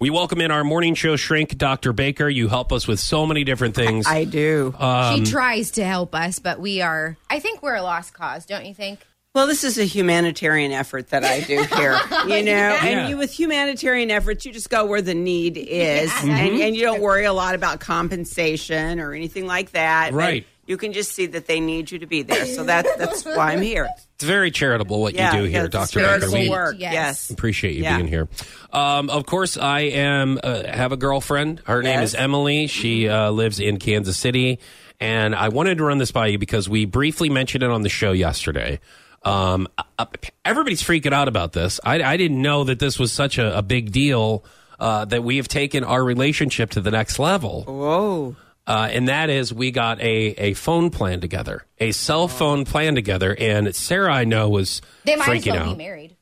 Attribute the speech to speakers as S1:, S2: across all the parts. S1: We welcome in our morning show shrink, Dr. Baker. You help us with so many different things.
S2: I do.
S1: Uh, Um,
S3: she tries to help us, but we are. I think we're a lost cause, don't you think?
S2: well, this is a humanitarian effort that I do here, you know.
S1: Yeah.
S2: And you, with humanitarian efforts, you just go where the need is,
S1: Mm-hmm.
S2: and, and you don't worry a lot about compensation or anything like that. But
S1: Right.
S2: You can just see that they need you to be there, so that that's why I'm here.
S1: it's very charitable what
S2: Yeah,
S1: you do here,
S2: yeah, it's
S1: Dr. Baker.
S2: charitable
S1: We
S2: work.
S3: Yes.
S2: Yes.
S1: appreciate you
S2: Yeah.
S1: being here. Um, of course, I am uh, have a girlfriend. Her name
S2: Yes.
S1: is Emily. She uh, lives in Kansas City, and I wanted to run this by you because we briefly mentioned it on the show yesterday. Um, uh, everybody's freaking out about this. I, I didn't know that this was such a, a big deal uh, that we have taken our relationship to the next level
S2: Whoa.
S1: uh, and that is we got a, a phone plan together, a
S2: Oh.
S1: cell phone plan together, and Sarah I know was
S3: They might as
S1: freaking
S3: well
S1: out.
S3: be married.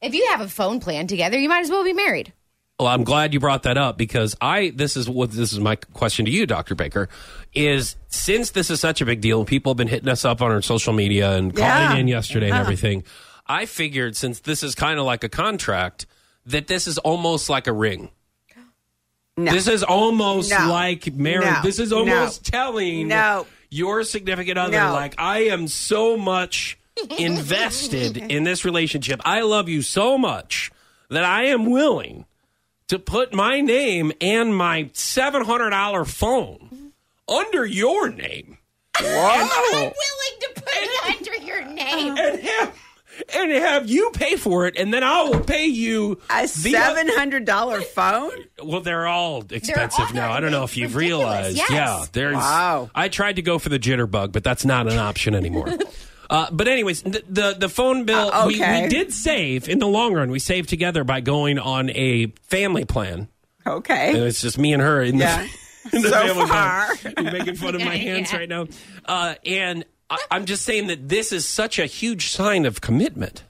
S3: If you have a phone plan together, you might as well be married.
S1: Well, I'm glad you brought that up because I this is what this is my question to you, Doctor Baker, is since this is such a big deal, people have been hitting us up on our social media and calling
S2: Yeah. Uh-huh.
S1: in yesterday and everything. I figured since this is kind of like a contract, that this is almost like a ring.
S2: No.
S1: This is almost
S2: No.
S1: like marriage.
S2: No.
S1: This is almost telling
S2: No.
S1: your significant other,
S2: No.
S1: like, I am so much invested in this relationship. I love you so much that I am willing to put my name and my $700 phone under your name
S2: Whoa.
S3: willing to put it under your name.
S1: and have, and have you pay for it, and then I will pay you
S2: A
S1: the-
S2: seven hundred dollar phone?
S1: Well, they're all expensive
S3: all-
S1: now. I don't know if you've
S3: ridiculous,
S1: realized.
S3: yes.
S1: Yeah, there's.
S2: Wow.
S1: I tried to go for the jitterbug, but that's not an option anymore. uh, but anyways, the the, the phone bill
S2: Uh,
S1: we,
S2: okay.
S1: we did save in the long run. We saved together by going on a family plan. And
S2: Okay.
S1: it's just me and her in
S2: Yeah.
S1: the in the
S2: So
S1: family
S2: far.
S1: plan. You're making fun of my hands
S3: Yeah.
S1: right now. Uh, and I, I'm just saying that this is such a huge sign of commitment.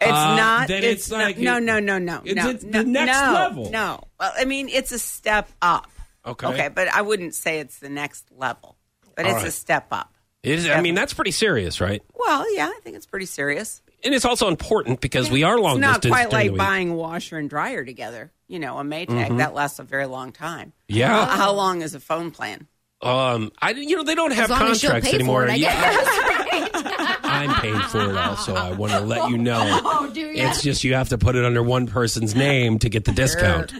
S2: It's
S1: Uh,
S2: not.
S1: then
S2: it's
S1: it's like-
S2: no, no, no, no,
S1: It's-
S2: no.
S1: it's
S2: no,
S1: the next
S2: no,
S1: level.
S2: No, well, I mean, it's a step up.
S1: Okay.
S2: Okay, but I wouldn't say it's the next level, but
S1: All
S2: it's a
S1: right.
S2: step up.
S1: It is, I mean, that's pretty serious, right?
S2: Well, yeah, I think it's pretty serious.
S1: And it's also important because we are long
S2: it's not
S1: distance.
S2: quite
S1: during the
S2: like
S1: week.
S2: buying washer and dryer together. You know, a Maytag that lasts a very long time.
S1: Mm-hmm. Yeah.
S2: How, how long is a phone plan?
S1: Um, I you know they don't have
S3: As long as she'll
S1: contracts
S3: pay
S1: anymore.
S3: for it, I
S1: Yeah,
S3: guess.
S1: I'm paying for it also. I want to let you know.
S3: Oh, do ya?
S1: It's just you have to put it under one person's name to get the discount.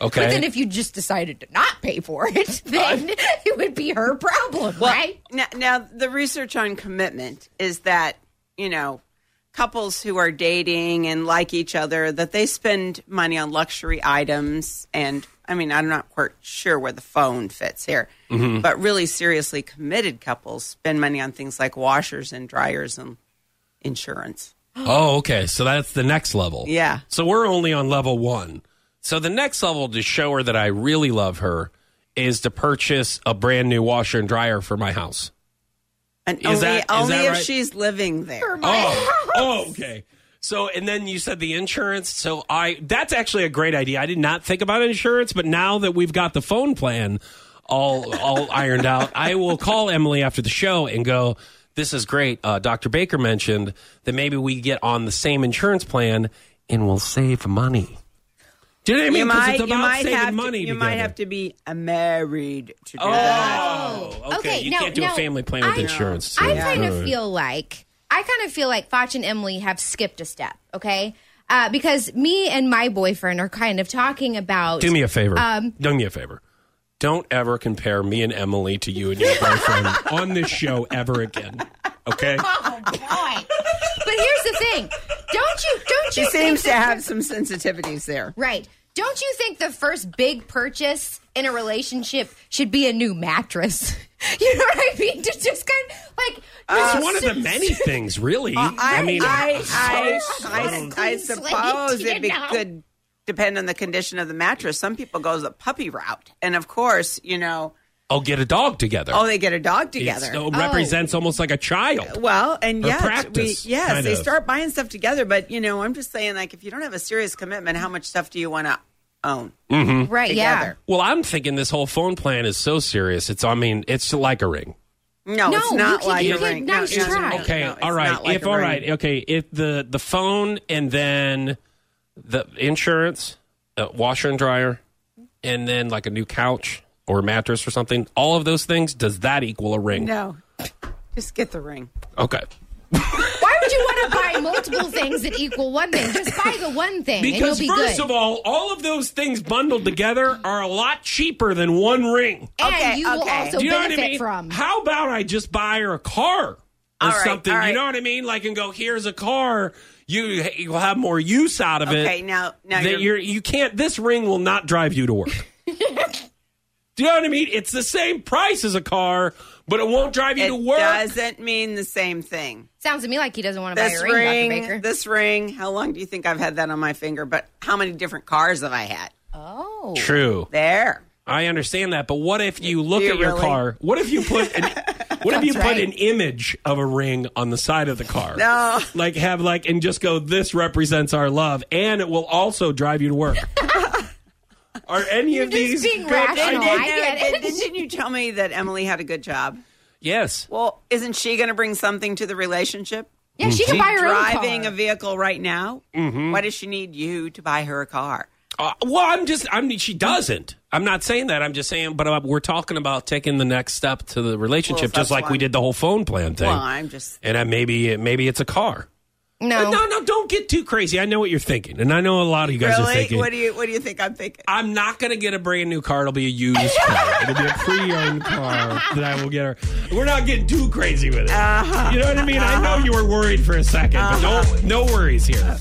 S1: Okay.
S3: But then if you just decided to not pay for it, then it would be her problem, right?
S2: Now, now, the research on commitment is that, you know, couples who are dating and like each other, that they spend money on luxury items. And I mean, I'm not quite sure where the phone fits here,
S1: Mm-hmm.
S2: but really seriously committed couples spend money on things like washers and dryers and insurance.
S1: oh, okay. So that's the next level.
S2: Yeah.
S1: So we're only on level one. So the next level to show her that I really love her is to purchase a brand new washer and dryer for my house.
S2: And
S1: Is
S2: only,
S1: that- is
S2: only
S1: that
S2: if
S1: right?
S2: she's living there.
S1: Oh, oh, okay. So, and then you said the insurance. So, I that's actually a great idea. I did not think about insurance, but now that we've got the phone plan all all ironed out, I will call Emily after the show and go. This is great. Uh, Dr. Baker mentioned that maybe we get on the same insurance plan and we'll save money. Do you know what I mean?
S2: You
S1: 'Cause
S2: might,
S1: it's
S2: you
S1: about
S2: might
S1: saving
S2: have
S1: money
S2: to, you
S1: together.
S2: might have to be uh, married to do that.
S1: Oh, okay.
S3: Okay,
S1: you
S3: no,
S1: can't do a
S3: no.
S1: family plan with
S3: I-
S1: insurance.
S3: I
S1: Yeah.
S3: kind
S1: All
S3: of
S1: right.
S3: feel like I kind of feel like Foch and Emily have skipped a step, okay? Uh, because me and my boyfriend are kind of talking about
S1: Do me a favor.
S2: Um,
S1: Do me a favor. Don't ever compare me and Emily to you and your boyfriend on this show ever again. Okay?
S3: Oh boy! but here's the thing: don't you don't you
S2: She
S3: think
S2: seems to
S3: that-
S2: have some sensitivities there.
S3: right? Don't you think the first big purchase in a relationship should be a new mattress? you know what I mean? To just kind of like
S1: It's one of the many things, really.
S2: Uh, I,
S1: mean,
S2: I, I,
S1: so-
S2: I, I
S3: Clean
S2: suppose
S3: slate,
S2: it be,
S3: you know?
S2: could depend on the condition of the mattress. Some people go the puppy route, and of course, you know,
S1: I'll get a dog together.
S2: oh, they get a dog
S1: It's-
S2: together. Oh.
S1: It represents almost like a child.
S2: well, and
S1: Or
S2: yes,
S1: practice,
S2: we, yes,
S1: kind
S2: they
S1: of.
S2: start buying stuff together. But you know, I'm just saying, like, if you don't have a serious commitment, how much stuff do you want to own
S3: right? Yeah.
S2: together?
S1: Well, I'm thinking this whole phone plan is so serious. It's, I mean, it's like a ring.
S2: No,
S3: No,
S2: it's not
S3: you can-
S2: like
S3: you
S2: a
S3: can-
S2: ring.
S3: nice
S2: no, it's
S3: try.
S2: not.
S1: Okay,
S2: No, it's
S1: all right.
S2: not like
S1: if
S2: a
S1: all
S2: ring.
S1: right, okay. If the the phone and then the insurance, a washer and dryer, and then like a new couch or mattress or something, all of those things, does that equal a ring?
S2: No, just get the ring.
S1: Okay.
S3: Why would you want to buy multiple things that equal one thing? Just buy the one thing
S1: Because
S3: and you'll be
S1: first
S3: good.
S1: of all, all of those things bundled together are a lot cheaper than one ring.
S3: and
S2: Okay,
S3: you will
S2: okay.
S3: also
S1: Do you know what I
S3: benefit
S1: mean?
S3: from.
S1: How about I just buy her a car or
S2: All right,
S1: something?
S2: all
S1: You
S2: right.
S1: know what I mean? Like, and go, here's a car. You you'll have more use out of it.
S2: Okay, now now
S1: that
S2: you're,
S1: you're you can't this ring will not drive you to work. Do you know what I mean? It's the same price as a car, but it won't drive you to
S2: it
S1: work.
S2: doesn't mean the same thing.
S3: Sounds to me like he doesn't want to buy
S2: This
S3: a ring, Dr.
S2: ring,
S3: Baker.
S2: this ring. How long do you think I've had that on my finger? But how many different cars have I had?
S3: oh.
S1: True.
S2: There.
S1: I understand that, but what if you look
S2: you
S1: at your
S2: really?
S1: car? What if you put an what if you put
S3: right.
S1: an image of a ring on the side of the car?
S2: No.
S1: Like have like and just go this represents our love and it will also drive you to work. Are any of these
S3: Just being
S1: good
S3: rational.
S1: ideas?
S3: I get
S2: Did-
S3: it.
S2: Didn't you tell me that Emily had a good job?
S1: Yes.
S2: Well, isn't she going to bring something to the relationship?
S3: Yeah, she can buy her own
S2: Driving
S3: car.
S2: a vehicle right now.
S1: Mm-hmm.
S2: Why does she need you to buy her a car?
S1: Uh, well, I'm just, I mean, she doesn't. I'm not saying that. I'm just saying, but uh, we're talking about taking the next step to the relationship,
S2: Well,
S1: just like
S2: that's
S1: we
S2: why-
S1: did the whole phone plan thing.
S2: Well, I'm just.
S1: and I, maybe, maybe it's a car.
S3: no.
S1: No, no, don't get too crazy. I know what you're thinking, and I know a lot of you guys are
S2: Really?
S1: thinking.
S2: What do you What do you think I'm thinking?
S1: I'm not going to get a brand new car. It'll be a used car. It'll be a pre-owned car that I will get her. We're not getting
S2: Uh-huh.
S1: too crazy with it. You know what I mean? I know you were worried for a 2nd but no, no worries here.